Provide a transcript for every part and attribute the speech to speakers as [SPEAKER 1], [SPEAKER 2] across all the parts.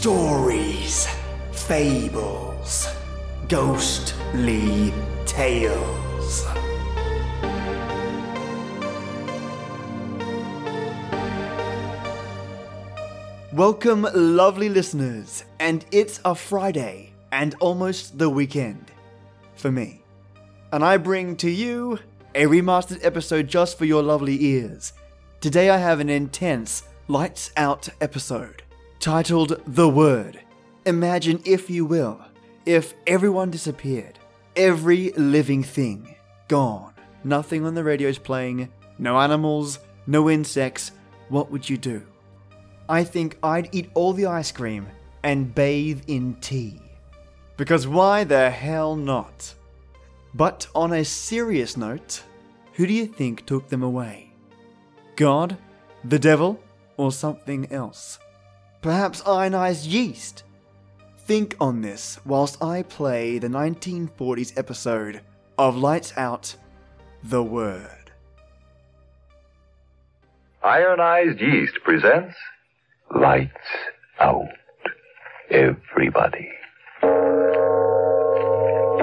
[SPEAKER 1] Stories, fables, ghostly tales. Welcome, lovely listeners, and it's a Friday and almost the weekend for me. And I bring to you a remastered episode just for your lovely ears. Today I have an intense, lights out episode titled The Word. Imagine, if you will, if everyone disappeared, every living thing gone, nothing on the radios playing, no animals, no insects, what would you do? I think I'd eat all the ice cream and bathe in tea. Because why the hell not? But on a serious note, who do you think took them away? God? The devil? Or something else? Perhaps ionized yeast? Think on this whilst I play the 1940s episode of Lights Out The Word.
[SPEAKER 2] Ironized Yeast presents Lights Out. Everybody. Is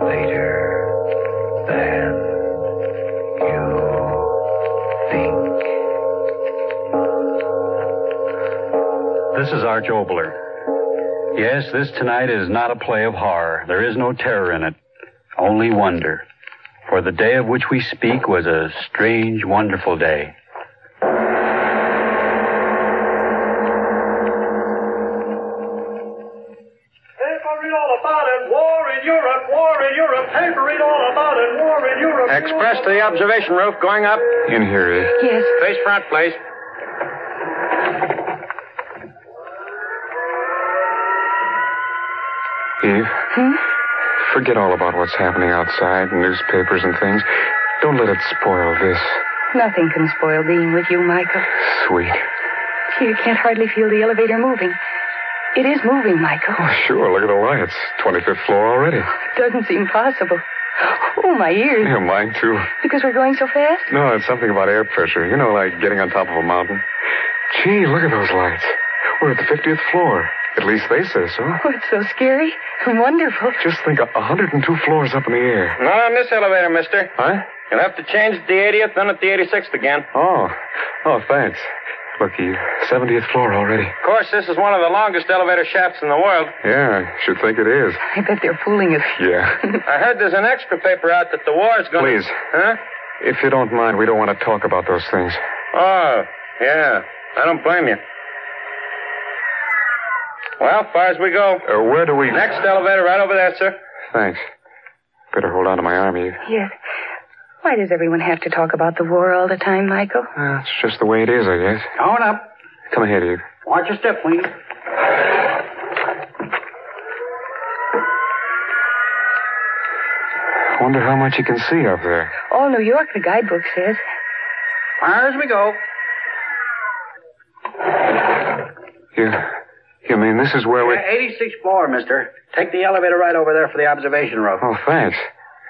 [SPEAKER 2] later than you think.
[SPEAKER 3] This is Arch Obler. Yes, this tonight is not a play of horror. There is no terror in it, only wonder. For the day of which we speak was a strange, wonderful day.
[SPEAKER 4] Paper read all about it. War in Europe, war in Europe. Paper read all about it. War in Europe.
[SPEAKER 5] Express to the observation roof, going up.
[SPEAKER 2] In here.
[SPEAKER 6] eh?
[SPEAKER 7] Yes.
[SPEAKER 5] Face front, please.
[SPEAKER 6] Eve? Forget all about what's happening outside, newspapers and things. Don't let it spoil this.
[SPEAKER 7] Nothing can spoil being with you, Michael.
[SPEAKER 6] Sweet.
[SPEAKER 7] Gee, You can't hardly feel the elevator moving. It is moving, Michael.
[SPEAKER 6] Oh, sure, look at the lights. 25th floor already.
[SPEAKER 7] It doesn't seem possible. Oh, my ears.
[SPEAKER 6] Yeah, mine too.
[SPEAKER 7] Because we're going so fast?
[SPEAKER 6] No, it's something about air pressure. You know, like getting on top of a mountain. Gee, look at those lights. We're at the 50th floor. At least they say so.
[SPEAKER 7] Oh, it's so scary and wonderful.
[SPEAKER 6] Just think, a 102 floors up in the air.
[SPEAKER 5] Not on this elevator, mister.
[SPEAKER 6] Huh?
[SPEAKER 5] You'll have to change at the 80th, then at the 86th again.
[SPEAKER 6] Oh. Oh, thanks. Look, Eve, 70th floor already.
[SPEAKER 5] Of course, this is one of the longest elevator shafts in the world.
[SPEAKER 6] Yeah, I should think it is.
[SPEAKER 7] I bet they're fooling us.
[SPEAKER 6] Yeah.
[SPEAKER 5] I heard there's an extra paper out that the war's going
[SPEAKER 6] Please.
[SPEAKER 5] Huh?
[SPEAKER 6] If you don't mind, we don't want to talk about those things.
[SPEAKER 5] Oh, yeah. I don't blame you. Well, far as we go.
[SPEAKER 6] Uh, where do we?
[SPEAKER 5] Next elevator right over there, sir.
[SPEAKER 6] Thanks. Better hold on to my arm, Eve.
[SPEAKER 7] Yes. Why does everyone have to talk about the war all the time, Michael?
[SPEAKER 6] Uh, it's just the way it is, I guess.
[SPEAKER 5] Going up.
[SPEAKER 6] Come ahead, Eve.
[SPEAKER 5] Watch your step, please.
[SPEAKER 6] Wonder how much you can see up there.
[SPEAKER 7] All New York, the guidebook says.
[SPEAKER 5] Far as we go.
[SPEAKER 6] You, you mean this is where we?
[SPEAKER 5] 86th floor, mister. Take the elevator right over there for the observation room.
[SPEAKER 6] Oh, thanks.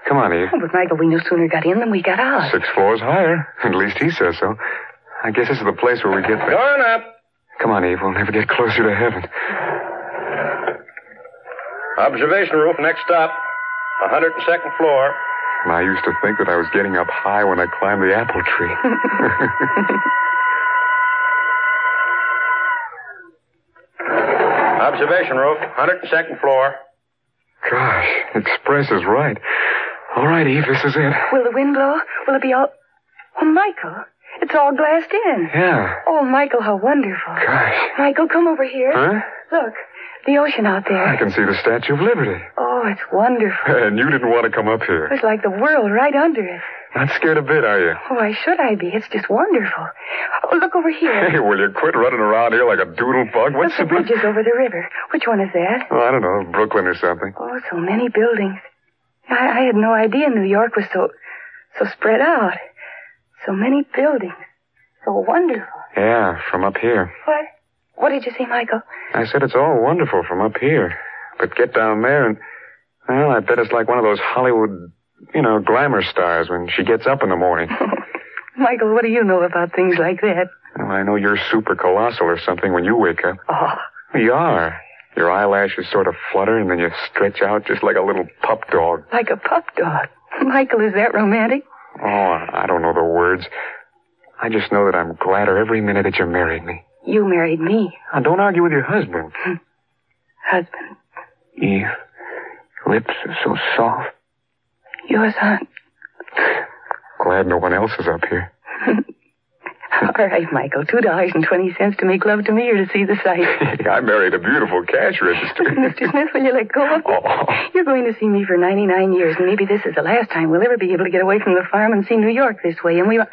[SPEAKER 6] Come on, Eve.
[SPEAKER 7] Oh, but Michael, we no sooner got in than we got out.
[SPEAKER 6] Six floors higher. At least he says so. I guess this is the place where we get there.
[SPEAKER 5] Going up.
[SPEAKER 6] Come on, Eve. We'll never get closer to heaven.
[SPEAKER 5] Observation roof, next stop. 102nd floor.
[SPEAKER 6] And I used to think that I was getting up high when I climbed the apple tree.
[SPEAKER 5] Observation roof, 102nd floor.
[SPEAKER 6] Gosh, Express is right. All right, Eve, this is it.
[SPEAKER 7] Will the wind blow? Will it be all. Oh, Michael, it's all glassed in.
[SPEAKER 6] Yeah.
[SPEAKER 7] Oh, Michael, how wonderful.
[SPEAKER 6] Gosh.
[SPEAKER 7] Michael, come over here.
[SPEAKER 6] Huh?
[SPEAKER 7] Look, the ocean out
[SPEAKER 6] I
[SPEAKER 7] there.
[SPEAKER 6] can see the Statue of Liberty.
[SPEAKER 7] Oh, it's wonderful.
[SPEAKER 6] And you didn't want to come up here.
[SPEAKER 7] It's like the world right under us.
[SPEAKER 6] Not scared a bit, are you?
[SPEAKER 7] Oh, why should I be? It's just wonderful. Oh, look over here.
[SPEAKER 6] Hey, will you quit running around here like a doodle bug?
[SPEAKER 7] Look,
[SPEAKER 6] What's
[SPEAKER 7] the
[SPEAKER 6] the
[SPEAKER 7] bridge is over the river. Which one is that?
[SPEAKER 6] Oh, I don't know, Brooklyn or something.
[SPEAKER 7] Oh, so many buildings. I, I had no idea New York was so, so spread out. So many buildings. So wonderful.
[SPEAKER 6] Yeah, from up here.
[SPEAKER 7] What? What did you say, Michael?
[SPEAKER 6] I said it's all wonderful from up here. But get down there and, well, I bet it's like one of those Hollywood, you know, glamour stars when she gets up in the morning.
[SPEAKER 7] Michael, what do you know about things like that?
[SPEAKER 6] You know, I know you're super colossal or something when you wake up.
[SPEAKER 7] Oh,
[SPEAKER 6] You are. Your eyelashes sort of flutter and then you stretch out just like a little pup dog.
[SPEAKER 7] like a pup dog. Michael, is that romantic?
[SPEAKER 6] Oh, I don't know the words. I just know that I'm gladder every minute that you married me.
[SPEAKER 7] You married me,
[SPEAKER 6] Now, don't argue with your husband.
[SPEAKER 7] husband.
[SPEAKER 6] Eve, lips are so soft.
[SPEAKER 7] Yours aren't.
[SPEAKER 6] Glad no one else is up here.
[SPEAKER 7] All right, Michael. Two dollars and twenty cents to make love to me or to see the sight.
[SPEAKER 6] I married a beautiful cash register.
[SPEAKER 7] Mr. Smith, will you let go of me?
[SPEAKER 6] oh,
[SPEAKER 7] You're going to see me for ninety-nine years, and maybe this is the last time we'll ever be able to get away from the farm and see New York this way. And we, wa-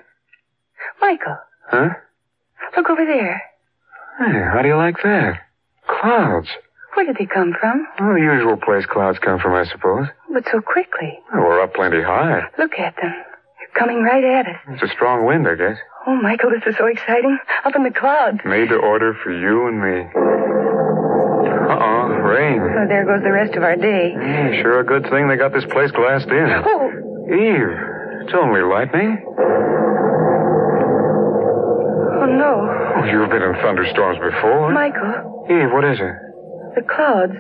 [SPEAKER 7] Michael,
[SPEAKER 6] huh?
[SPEAKER 7] look over there.
[SPEAKER 6] Hey, how do you like that? Clouds.
[SPEAKER 7] Where did they come from?
[SPEAKER 6] Well, the usual place clouds come from, I suppose.
[SPEAKER 7] But so quickly.
[SPEAKER 6] Well, we're up plenty high.
[SPEAKER 7] Look at them. They're coming right at us.
[SPEAKER 6] It's a strong wind, I guess.
[SPEAKER 7] Oh, Michael, this is so exciting. Up in the clouds.
[SPEAKER 6] Made to order for you and me. Uh-oh, rain.
[SPEAKER 7] Oh, there goes the rest of our day.
[SPEAKER 6] Yeah, sure a good thing they got this place glassed in.
[SPEAKER 7] Oh,
[SPEAKER 6] Eve, it's only lightning.
[SPEAKER 7] oh no.
[SPEAKER 6] Oh, you've been in thunderstorms before.
[SPEAKER 7] Michael,
[SPEAKER 6] Eve, what is it?
[SPEAKER 7] the clouds.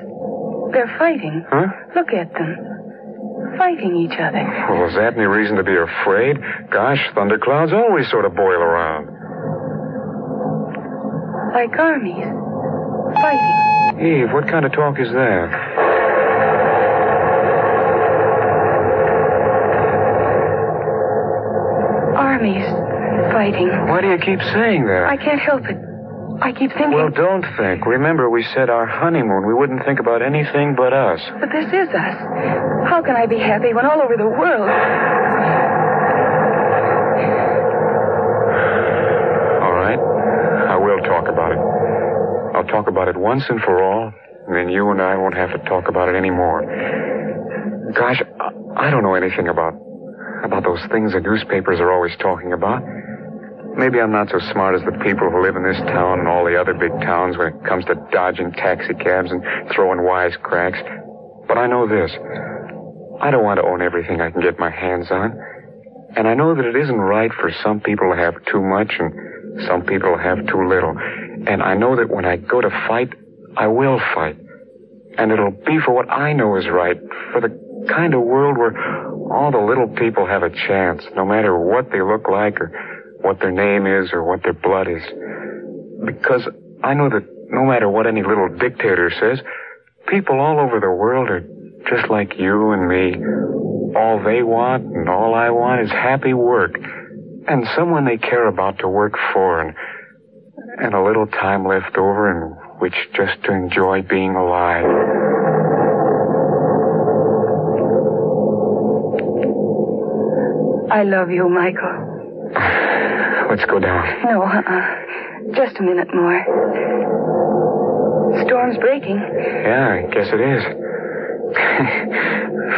[SPEAKER 7] They're fighting.
[SPEAKER 6] Huh?
[SPEAKER 7] Look at them. Fighting each other.
[SPEAKER 6] Well, is that any reason to be afraid? Gosh, thunderclouds always sort of boil around.
[SPEAKER 7] Like armies. Fighting.
[SPEAKER 6] Eve, what kind of talk is that?
[SPEAKER 7] Armies. Fighting.
[SPEAKER 6] Why do you keep saying that?
[SPEAKER 7] I can't help it. I keep thinking,
[SPEAKER 6] Well, don't think. Remember, we said our honeymoon, we wouldn't think about anything but us.
[SPEAKER 7] but this is us. How can I be happy when all over the world?
[SPEAKER 6] All right. I will talk about it. I'll talk about it once and for all, and then you and I won't have to talk about it anymore. Gosh, I, I don't know anything about about those things the newspapers are always talking about. Maybe I'm not so smart as the people who live in this town and all the other big towns when it comes to dodging taxicabs and throwing wisecracks. But I know this. I don't want to own everything I can get my hands on. And I know that it isn't right for some people to have too much and some people to have too little. And I know that when I go to fight, I will fight. And it'll be for what I know is right, for the kind of world where all the little people have a chance, no matter what they look like or what their name is or what their blood is. Because I know that no matter what any little dictator says, people all over the world are just like you and me. All they want and all I want is happy work and someone they care about to work for and, and a little time left over in which just to enjoy being alive.
[SPEAKER 7] I love you, Michael.
[SPEAKER 6] Let's go down.
[SPEAKER 7] No, uh-uh. Just a minute more. Storm's breaking.
[SPEAKER 6] Yeah, I guess it is.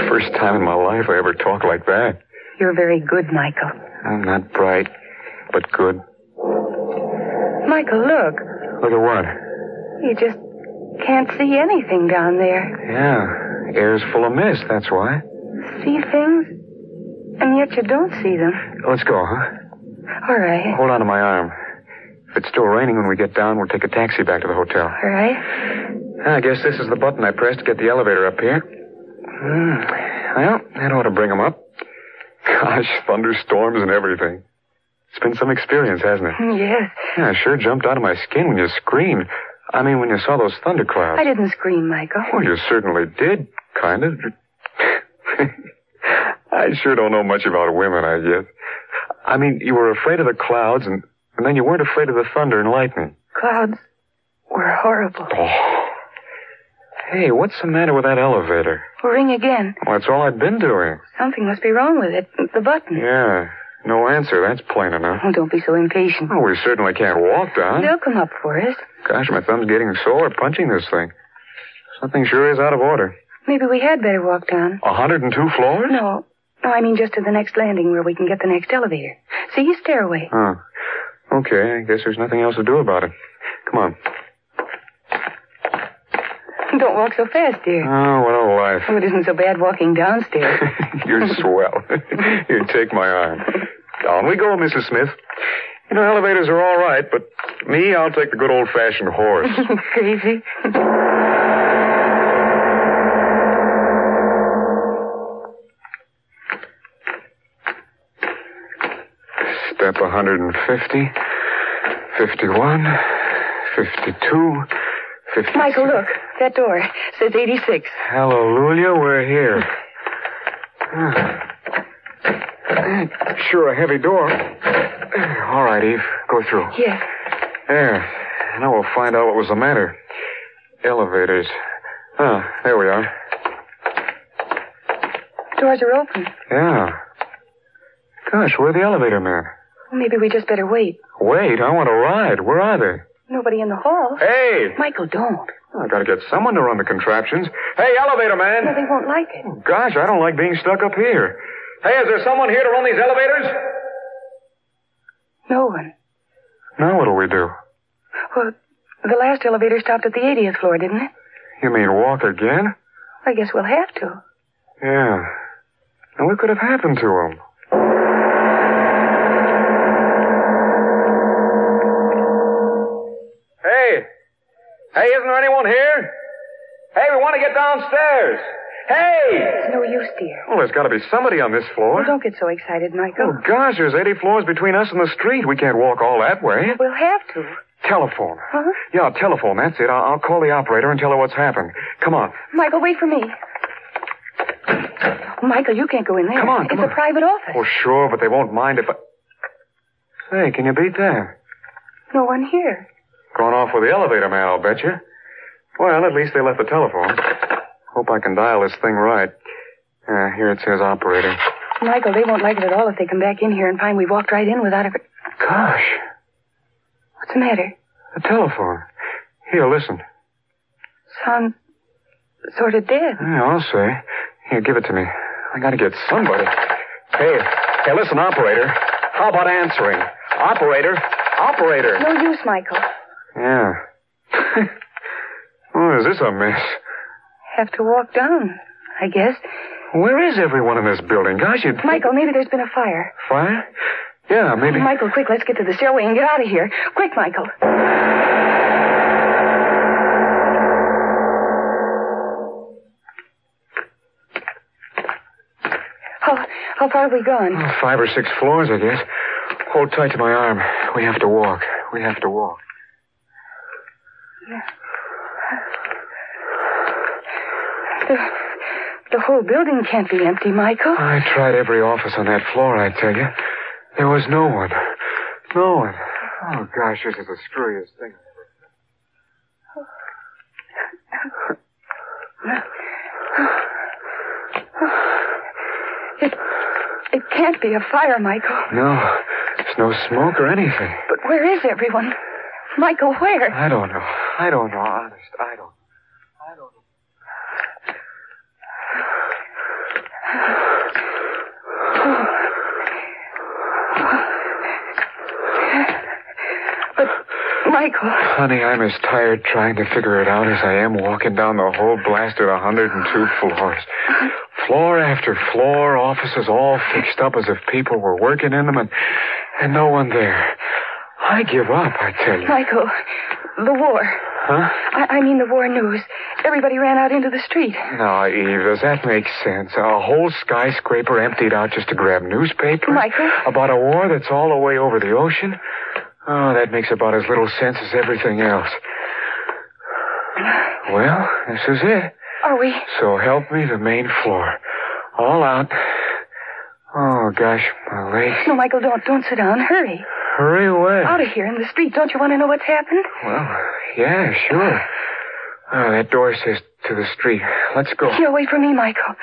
[SPEAKER 6] First time in my life I ever talk like that.
[SPEAKER 7] You're very good, Michael.
[SPEAKER 6] I'm not bright, but good.
[SPEAKER 7] Michael, look.
[SPEAKER 6] Look at what?
[SPEAKER 7] You just can't see anything down there.
[SPEAKER 6] Yeah, air's full of mist, that's why.
[SPEAKER 7] See things? And yet you don't see them.
[SPEAKER 6] Let's go, huh?
[SPEAKER 7] All right.
[SPEAKER 6] Hold on to my arm. If it's still raining when we get down, we'll take a taxi back to the hotel.
[SPEAKER 7] All right.
[SPEAKER 6] I guess this is the button I pressed to get the elevator up here. Hmm. Well, that ought to bring 'em up. Gosh, thunderstorms and everything. It's been some experience, hasn't it?
[SPEAKER 7] Yes.
[SPEAKER 6] Yeah, I sure jumped out of my skin when you screamed. I mean, when you saw those thunderclouds.
[SPEAKER 7] I didn't scream, Michael.
[SPEAKER 6] Well, you certainly did, kind of. I sure don't know much about women, I guess. I mean, you were afraid of the clouds, and, and then you weren't afraid of the thunder and lightning.
[SPEAKER 7] Clouds were horrible.
[SPEAKER 6] Oh. Hey, what's the matter with that elevator?
[SPEAKER 7] Ring again.
[SPEAKER 6] Well, that's all I've been doing.
[SPEAKER 7] Something must be wrong with it. The button.
[SPEAKER 6] Yeah, no answer. That's plain enough.
[SPEAKER 7] Oh, don't be so impatient.
[SPEAKER 6] Well, we certainly can't walk down.
[SPEAKER 7] They'll come up for us.
[SPEAKER 6] Gosh, my thumb's getting sore punching this thing. Something sure is out of order.
[SPEAKER 7] Maybe we had better walk down.
[SPEAKER 6] A 102 floors?
[SPEAKER 7] No. No, I mean just to the next landing where we can get the next elevator. See, stairway.
[SPEAKER 6] Huh. Okay, I guess there's nothing else to do about it. Come on.
[SPEAKER 7] Don't walk so fast, dear.
[SPEAKER 6] Oh, what a life.
[SPEAKER 7] Oh, it isn't so bad walking downstairs.
[SPEAKER 6] You're swell. Here, take my arm. Down we go, Mrs. Smith. You know, elevators are all right, but me, I'll take the good old fashioned horse.
[SPEAKER 7] Crazy.
[SPEAKER 6] Step 150, 51, 52, 56.
[SPEAKER 7] Michael, look. That door says 86.
[SPEAKER 6] Hallelujah, we're here. Huh. Sure, a heavy door. All right, Eve, go through.
[SPEAKER 7] Yes.
[SPEAKER 6] There. Now we'll find out what was the matter. Elevators. Ah, there we are.
[SPEAKER 7] Doors are open.
[SPEAKER 6] Yeah. Gosh, where are the elevator men?
[SPEAKER 7] Maybe we just better wait.
[SPEAKER 6] Wait, I want to ride. Where are they?
[SPEAKER 7] Nobody in the hall.
[SPEAKER 6] Hey!
[SPEAKER 7] Michael, don't.
[SPEAKER 6] I gotta get someone to run the contraptions. Hey, elevator
[SPEAKER 7] No,
[SPEAKER 6] man!
[SPEAKER 7] they won't like it.
[SPEAKER 6] Gosh, I don't like being stuck up here.
[SPEAKER 5] Hey, is there someone here to run these elevators?
[SPEAKER 7] No one.
[SPEAKER 6] Now what'll we do?
[SPEAKER 7] Well, the last elevator stopped at the 80th floor, didn't it?
[SPEAKER 6] You mean walk again?
[SPEAKER 7] I guess we'll have to.
[SPEAKER 6] Yeah. And what could have happened to him?
[SPEAKER 5] Hey! Hey, isn't there anyone here? Hey, we want to get downstairs! Hey!
[SPEAKER 7] No use, dear.
[SPEAKER 6] Well, there's gotta be somebody on this floor.
[SPEAKER 7] Well, don't get so excited,
[SPEAKER 6] Oh,
[SPEAKER 7] Michael.
[SPEAKER 6] gosh, there's 80 floors between us and the street. We can't walk all that way.
[SPEAKER 7] We'll have to.
[SPEAKER 6] Telephone.
[SPEAKER 7] Huh?
[SPEAKER 6] Yeah, telephone. That's it. I'll, I'll call the operator and tell her what's happened. Come on.
[SPEAKER 7] Michael, wait for me. Michael, you can't go in there.
[SPEAKER 6] Come on, come
[SPEAKER 7] it's
[SPEAKER 6] on.
[SPEAKER 7] a private office.
[SPEAKER 6] Oh, sure, but they won't mind if I. Say, can you beat that?
[SPEAKER 7] No one here.
[SPEAKER 6] Gone off with the elevator man, I'll bet you. Well, at least they left the telephone. Hope I can dial this thing right. Uh, here it says operator.
[SPEAKER 7] Michael, they won't like it at all if they come back in here and find we walked right in without a.
[SPEAKER 6] Gosh,
[SPEAKER 7] What's the matter?
[SPEAKER 6] the telephone. Here, listen.
[SPEAKER 7] Sound sort of dead.
[SPEAKER 6] Yeah, I'll say. Here, give it to me. I gotta get somebody. Hey, hey, listen, operator. How about answering? Operator, operator.
[SPEAKER 7] No use, Michael.
[SPEAKER 6] Yeah. well, is this a mess?
[SPEAKER 7] Have to walk down, I guess.
[SPEAKER 6] Where is everyone in this building? Gosh, you'd think...
[SPEAKER 7] Michael, maybe there's been a fire.
[SPEAKER 6] Fire? Yeah, maybe.
[SPEAKER 7] Michael, quick, let's get to the stairway and get out of here. Quick, Michael. How, how far have we gone?
[SPEAKER 6] Five or six floors, I guess. Hold tight to my arm. We have to walk. We have to walk.
[SPEAKER 7] The, the whole building can't be empty, Michael.
[SPEAKER 6] I tried every office on that floor, I tell you. There was no one. No one. Oh, gosh, this is the screwiest thing.
[SPEAKER 7] It, it can't be a fire, Michael.
[SPEAKER 6] No, there's no smoke or anything.
[SPEAKER 7] But where is everyone? Michael, where?
[SPEAKER 6] I don't know. I don't know, honest. I don't.
[SPEAKER 7] But, Michael.
[SPEAKER 6] Honey, I'm as tired trying to figure it out as I am walking down the whole blasted 102 floors. Floor after floor, offices all fixed up as if people were working in them and, and no one there. I give up, I tell you.
[SPEAKER 7] Michael, the war.
[SPEAKER 6] Huh?
[SPEAKER 7] I, I mean the war news. Everybody ran out into the street.
[SPEAKER 6] Now, Ah, Eve, does that make sense? A whole skyscraper emptied out just to grab newspaper?
[SPEAKER 7] Michael?
[SPEAKER 6] About a war that's all the way over the ocean? Oh, that makes about as little sense as everything else. Well, this is it.
[SPEAKER 7] Are we?
[SPEAKER 6] So help me, the main floor. All out. Oh, gosh, my legs.
[SPEAKER 7] No, Michael, don't. Don't sit down. Hurry.
[SPEAKER 6] Hurry away.
[SPEAKER 7] Out of here in the street. Don't you want to know what's happened?
[SPEAKER 6] Well, yeah, sure. Oh, that door says to the street. Let's go.
[SPEAKER 7] Here, wait for me, Michael.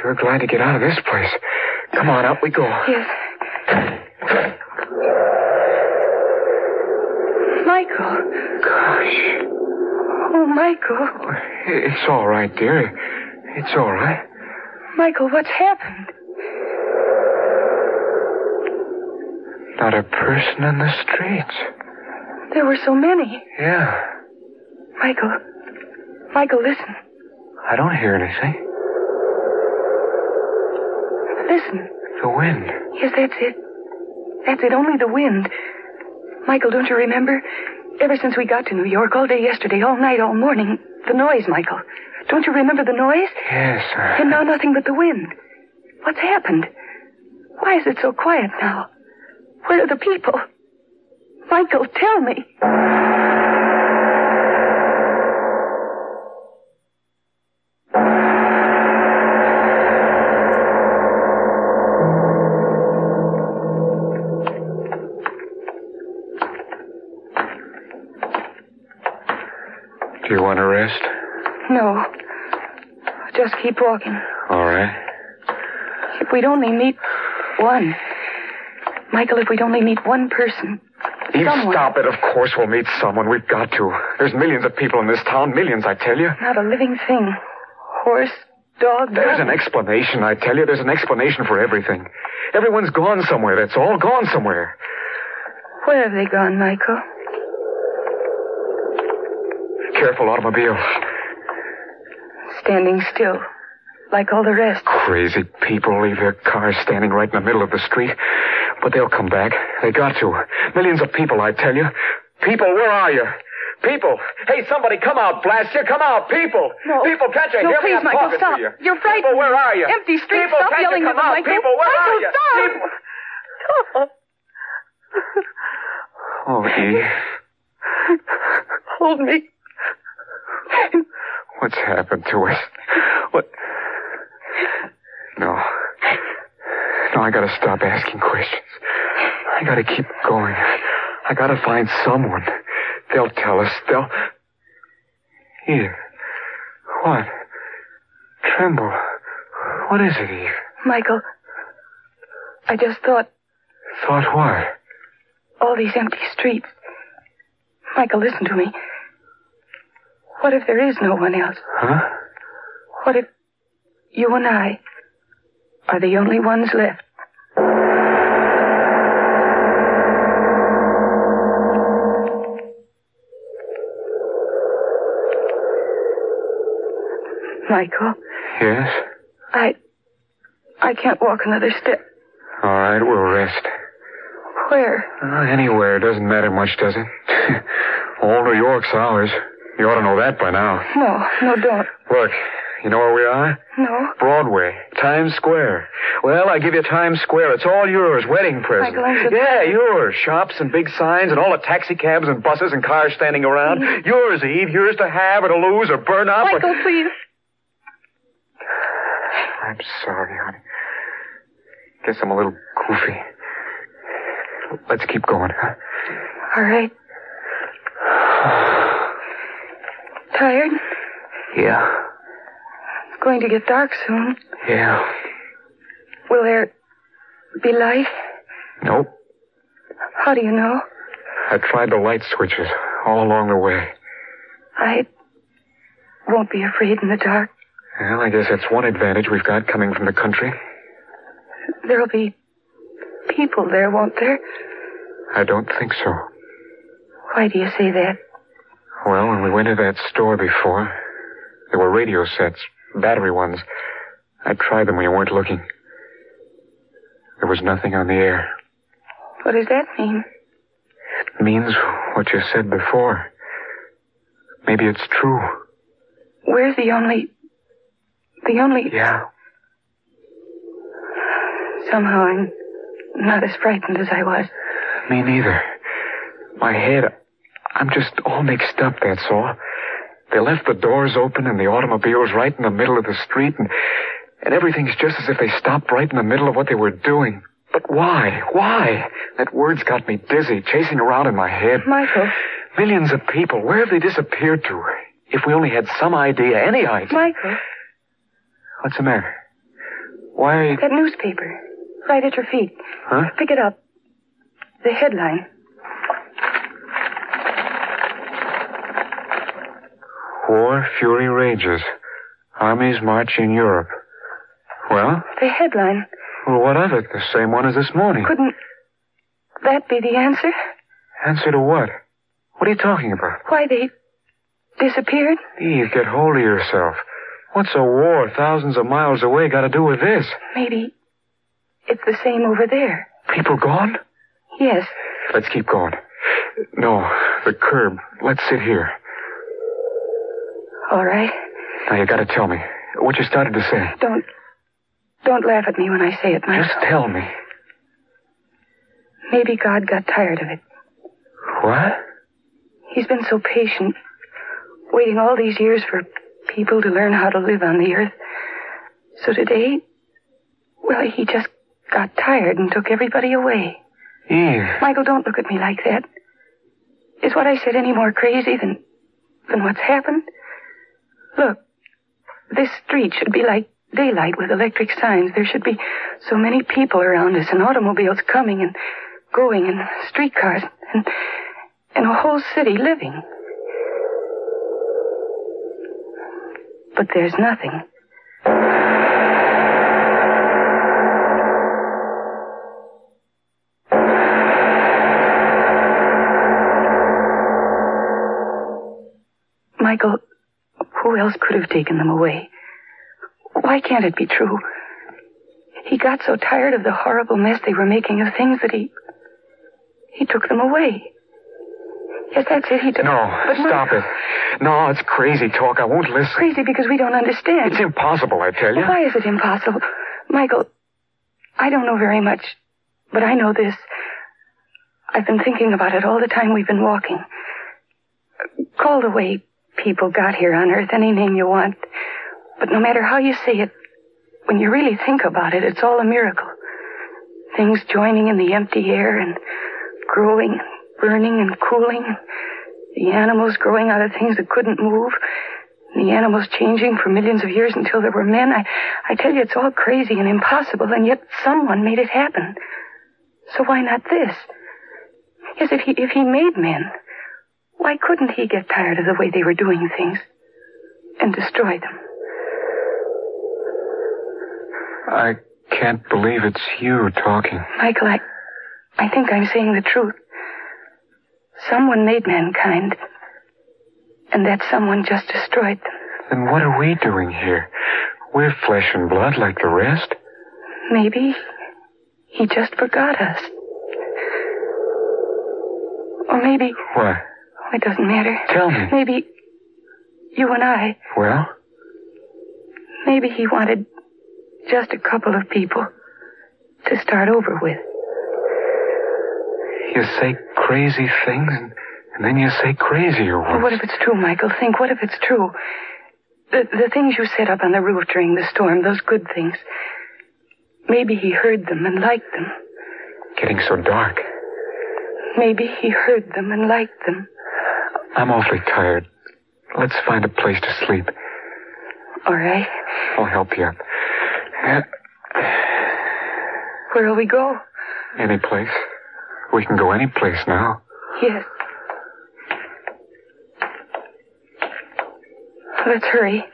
[SPEAKER 6] Sure glad to get out of this place. Come on, up we go.
[SPEAKER 7] Yes. Michael.
[SPEAKER 6] Gosh.
[SPEAKER 7] Oh, Michael.
[SPEAKER 6] It's all right, dear. It's all right.
[SPEAKER 7] Michael, what's happened?
[SPEAKER 6] Not a person in the streets.
[SPEAKER 7] There were so many.
[SPEAKER 6] Yeah.
[SPEAKER 7] Michael. Michael, listen.
[SPEAKER 6] I don't hear anything.
[SPEAKER 7] Listen.
[SPEAKER 6] The wind.
[SPEAKER 7] Yes, that's it. That's it. Only the wind. Michael, don't you remember? Ever since we got to New York, all day yesterday, all night, all morning, the noise, Michael. Don't you remember the noise?
[SPEAKER 6] Yes. I-
[SPEAKER 7] And now nothing but the wind. What's happened? Why is it so quiet now? Where are the people? Michael, tell me.
[SPEAKER 6] Do you want to rest?
[SPEAKER 7] No. Just keep walking.
[SPEAKER 6] All right.
[SPEAKER 7] If we'd only meet one. Michael, if we'd only meet one person.
[SPEAKER 6] Eve,
[SPEAKER 7] Someone.
[SPEAKER 6] stop it. Of course we'll meet someone. We've got to. There's millions of people in this town. Millions, I tell you.
[SPEAKER 7] Not a living thing. Horse, dog,
[SPEAKER 6] There's an
[SPEAKER 7] nothing.
[SPEAKER 6] explanation, I tell you. There's an explanation for everything. Everyone's gone somewhere, that's all. Gone somewhere.
[SPEAKER 7] Where have they gone, Michael?
[SPEAKER 6] Careful, automobile.
[SPEAKER 7] Standing still, like all the rest.
[SPEAKER 6] Crazy people leave their cars standing right in the middle of the street. But they'll come back. They got to. Millions of people, I tell you. People, where are you? People! Hey, somebody, come out, blast you! Come out, people!
[SPEAKER 7] No.
[SPEAKER 6] People, can't you
[SPEAKER 7] No,
[SPEAKER 6] hear
[SPEAKER 7] please,
[SPEAKER 6] me? I'm
[SPEAKER 7] Michael,
[SPEAKER 6] talking
[SPEAKER 7] stop.
[SPEAKER 6] to you.
[SPEAKER 7] You're frightened.
[SPEAKER 6] People, where are you?
[SPEAKER 7] Empty street.
[SPEAKER 6] People,
[SPEAKER 7] Stop
[SPEAKER 6] can't you
[SPEAKER 7] yelling
[SPEAKER 6] come
[SPEAKER 7] at me,
[SPEAKER 6] out?
[SPEAKER 7] Michael.
[SPEAKER 6] People, where
[SPEAKER 7] Michael,
[SPEAKER 6] are you?
[SPEAKER 7] stop.
[SPEAKER 6] People. Oh, Eve.
[SPEAKER 7] Hold me.
[SPEAKER 6] What's happened to us? What? No. No, I gotta stop asking questions. I gotta keep going. I gotta find someone. They'll tell us. They'll. Eve. What? Tremble. What is it, Eve?
[SPEAKER 7] Michael, I just thought
[SPEAKER 6] Thought what?
[SPEAKER 7] all these empty streets. Michael, listen to me. What if there is no one else?
[SPEAKER 6] Huh?
[SPEAKER 7] What if you and I are the only ones left? Michael,
[SPEAKER 6] Yes?
[SPEAKER 7] I. I can't walk another step.
[SPEAKER 6] All right, we'll rest.
[SPEAKER 7] Where?
[SPEAKER 6] Uh, anywhere. Doesn't matter much, does it? All New York's ours. You ought to know that by now.
[SPEAKER 7] No, no, don't.
[SPEAKER 6] Look, you know where we are?
[SPEAKER 7] No.
[SPEAKER 6] Broadway, Times Square. Well, I give you Times Square. It's all yours. Wedding present.
[SPEAKER 7] Michael, I'm so-
[SPEAKER 6] yeah, yours. Shops and big signs and all the taxi cabs and buses and cars standing around. Yours, Eve. Yours to have or to lose or burn up. or-
[SPEAKER 7] Michael, please.
[SPEAKER 6] I'm sorry, honey. Guess I'm a little goofy. Let's keep going, huh?
[SPEAKER 7] All right. Tired?
[SPEAKER 6] Yeah.
[SPEAKER 7] It's going to get dark soon.
[SPEAKER 6] Yeah.
[SPEAKER 7] Will there be light?
[SPEAKER 6] Nope.
[SPEAKER 7] How do you know?
[SPEAKER 6] I tried the light switches all along the way.
[SPEAKER 7] I won't be afraid in the dark.
[SPEAKER 6] Well, I guess that's one advantage we've got coming from the country.
[SPEAKER 7] There'll be people there, won't there?
[SPEAKER 6] I don't think so.
[SPEAKER 7] Why do you say that?
[SPEAKER 6] Well, when we went to that store before, there were radio sets, battery ones. I tried them when you weren't looking. There was nothing on the air.
[SPEAKER 7] What does that mean?
[SPEAKER 6] It means what you said before. Maybe it's true.
[SPEAKER 7] We're the only. The only.
[SPEAKER 6] Yeah.
[SPEAKER 7] Somehow I'm not as frightened as I was.
[SPEAKER 6] Me neither. My head, I'm just all mixed up, that's all. They left the doors open and the automobiles right in the middle of the street and, and everything's just as if they stopped right in the middle of what they were doing. But why? Why? That word's got me dizzy, chasing around in my head.
[SPEAKER 7] Michael.
[SPEAKER 6] Millions of people, where have they disappeared to? If we only had some idea, any idea.
[SPEAKER 7] Michael,
[SPEAKER 6] What's the matter? Why are you...
[SPEAKER 7] that newspaper. Right at your feet.
[SPEAKER 6] Huh?
[SPEAKER 7] Pick it up. The headline.
[SPEAKER 6] War, fury rages. Armies march in Europe. Well?
[SPEAKER 7] The headline.
[SPEAKER 6] Well, what of it? The same one as this morning.
[SPEAKER 7] Couldn't that be the answer?
[SPEAKER 6] Answer to what? What are you talking about?
[SPEAKER 7] Why they disappeared?
[SPEAKER 6] Eve, get hold of yourself. What's a war thousands of miles away got to do with this?
[SPEAKER 7] Maybe it's the same over there.
[SPEAKER 6] People gone?
[SPEAKER 7] Yes.
[SPEAKER 6] Let's keep going. No, the curb. Let's sit here.
[SPEAKER 7] All right.
[SPEAKER 6] Now you gotta tell me what you started to say.
[SPEAKER 7] Don't don't laugh at me when I say it, Michael.
[SPEAKER 6] Just tell me.
[SPEAKER 7] Maybe God got tired of it.
[SPEAKER 6] What?
[SPEAKER 7] He's been so patient, waiting all these years for people to learn how to live on the earth. So today, well, he just got tired and took everybody away.
[SPEAKER 6] Eve.
[SPEAKER 7] Michael, don't look at me like that. Is what I said any more crazy than than what's happened? Look, this street should be like daylight with electric signs. There should be so many people around us and automobiles coming and going and streetcars and and a whole city living. But there's nothing. Michael, who else could have taken them away? Why can't it be true? He got so tired of the horrible mess they were making of things that he. He took them away. Yes, that's it. He took.
[SPEAKER 6] No,
[SPEAKER 7] but
[SPEAKER 6] stop
[SPEAKER 7] Michael,
[SPEAKER 6] it. No, it's crazy talk. I won't listen.
[SPEAKER 7] Crazy because we don't understand.
[SPEAKER 6] It's impossible, I tell you.
[SPEAKER 7] Why is it impossible? Michael, I don't know very much, but I know this. I've been thinking about it all the time we've been walking. Call the way people got here on Earth any name you want. But no matter how you say it, when you really think about it, it's all a miracle. Things joining in the empty air and growing and burning and cooling. And the animals growing out of things that couldn't move. The animals changing for millions of years until there were men. I, I tell you, it's all crazy and impossible, and yet someone made it happen. So why not this? Yes, if he, if he made men, why couldn't he get tired of the way they were doing things and destroy them?
[SPEAKER 6] I can't believe it's you talking.
[SPEAKER 7] Michael, I, I think I'm saying the truth. Someone made mankind, and that someone just destroyed them.
[SPEAKER 6] Then what are we doing here? We're flesh and blood like the rest.
[SPEAKER 7] Maybe he just forgot us. Or maybe oh,
[SPEAKER 6] Why?
[SPEAKER 7] it doesn't matter.
[SPEAKER 6] Tell me.
[SPEAKER 7] Maybe you and I,
[SPEAKER 6] Well,
[SPEAKER 7] maybe he wanted just a couple of people to start over with.
[SPEAKER 6] you say crazy things and, and then you say crazier
[SPEAKER 7] Well,
[SPEAKER 6] ones.
[SPEAKER 7] what if it's true, Michael? Think, what if it's true? The, the things you set up on the roof during the storm, those good things. Maybe he heard them and liked them.
[SPEAKER 6] Getting so dark.
[SPEAKER 7] Maybe he heard them and liked them.
[SPEAKER 6] I'm awfully tired. Let's find a place to sleep.
[SPEAKER 7] All right.
[SPEAKER 6] I'll help you up.
[SPEAKER 7] Where'll we go?
[SPEAKER 6] Any place? We can go any place now.
[SPEAKER 7] Yes. Let's hurry.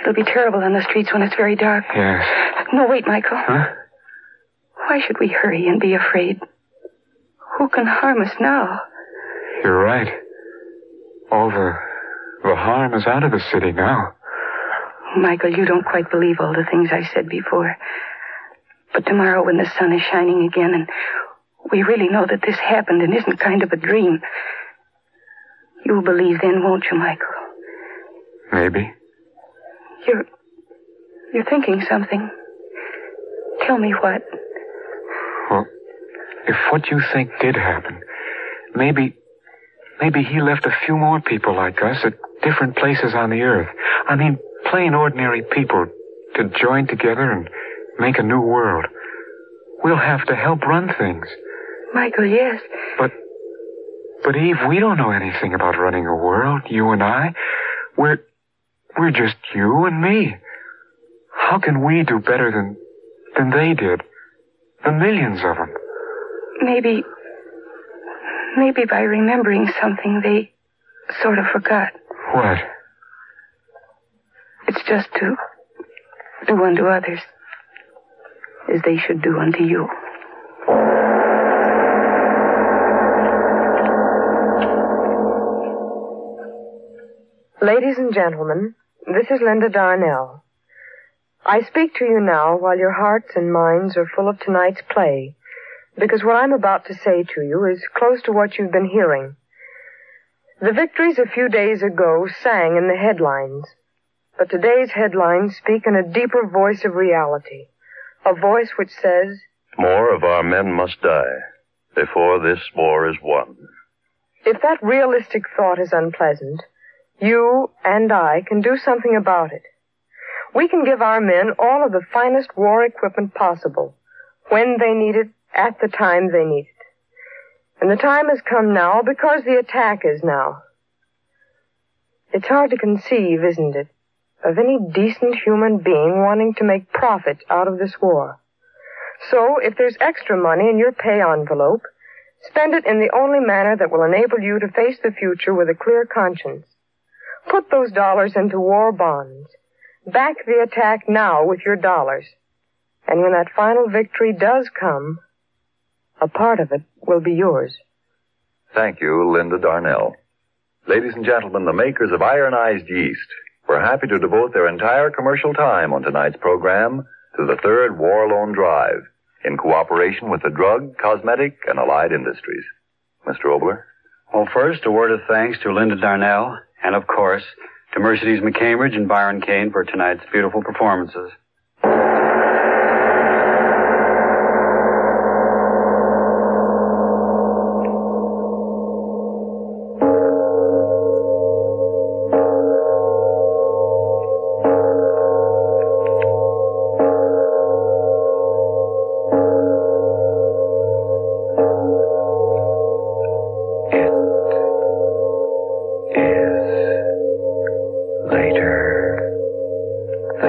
[SPEAKER 7] It'll be terrible on the streets when it's very dark.
[SPEAKER 6] Yes.
[SPEAKER 7] No, wait, Michael.
[SPEAKER 6] Huh?
[SPEAKER 7] Why should we hurry and be afraid? Who can harm us now?
[SPEAKER 6] You're right. All the the harm is out of the city now.
[SPEAKER 7] Michael, you don't quite believe all the things I said before. But tomorrow, when the sun is shining again, and we really know that this happened and isn't kind of a dream, you'll believe then, won't you, Michael?
[SPEAKER 6] Maybe.
[SPEAKER 7] You're. You're thinking something. Tell me what.
[SPEAKER 6] Well, if what you think did happen, maybe maybe he left a few more people like us at different places on the earth. I mean, plain ordinary people to join together and make a new world. We'll have to help run things.
[SPEAKER 7] Michael, yes.
[SPEAKER 6] But, but Eve, we don't know anything about running a world, you and I. We're, we're just you and me. How can we do better than, than they did? The millions of them.
[SPEAKER 7] Maybe. Maybe by remembering something they sort of forgot.
[SPEAKER 6] What?
[SPEAKER 7] It's just to do unto others as they should do unto you.
[SPEAKER 8] Ladies and gentlemen, this is Linda Darnell. I speak to you now while your hearts and minds are full of tonight's play, because what I'm about to say to you is close to what you've been hearing. The victories a few days ago sang in the headlines, but today's headlines speak in a deeper voice of reality, a voice which says,
[SPEAKER 9] More of our men must die before this war is won.
[SPEAKER 8] if that realistic thought is unpleasant, you and I can do something about it. We can give our men all of the finest war equipment possible, when they need it, at the time they need it. And the time has come now because the attack is now. It's hard to conceive, isn't it, of any decent human being wanting to make profit out of this war. So, if there's extra money in your pay envelope, Spend it in the only manner that will enable you to face the future with a clear conscience. Put those dollars into war bonds. Back the attack now with your dollars. And when that final victory does come, a part of it will be yours.
[SPEAKER 9] Thank you, Linda Darnell. Ladies and gentlemen, the makers of ironized yeast were happy to devote their entire commercial time on tonight's program to the third War Loan Drive in cooperation with the drug, cosmetic, and allied industries. Mr. Obler?
[SPEAKER 3] Well, first, a word of thanks to Linda Darnell and, of course, to Mercedes McCambridge and Byron Kane for tonight's beautiful performances.
[SPEAKER 2] It is later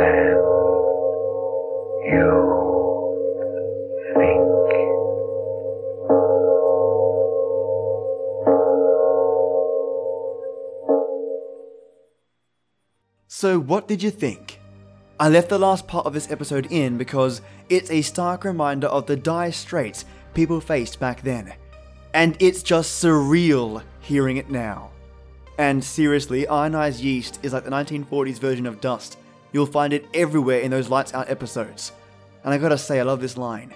[SPEAKER 2] than you think.
[SPEAKER 1] So, what did you think? I left the last part of this episode in because it's a stark reminder of the dire straits people faced back then. And it's just surreal hearing it now. And seriously, ionized yeast is like the 1940s version of dust. You'll find it everywhere in those lights out episodes. And I gotta say, I love this line.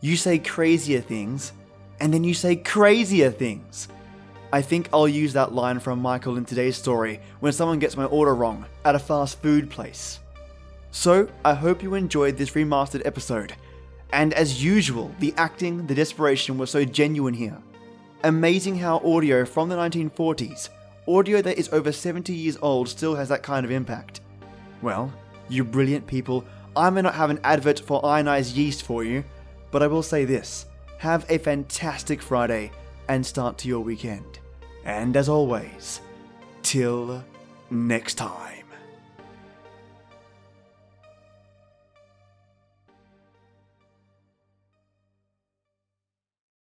[SPEAKER 1] You say crazier things, and then you say crazier things. I think I'll use that line from Michael in today's story when someone gets my order wrong at a fast food place. So, I hope you enjoyed this remastered episode. And as usual, the acting, the desperation were so genuine here. Amazing how audio from the 1940s, audio that is over 70 years old, still has that kind of impact. Well, you brilliant people, I may not have an advert for ionized yeast for you, but I will say this have a fantastic Friday and start to your weekend. And as always, till next time.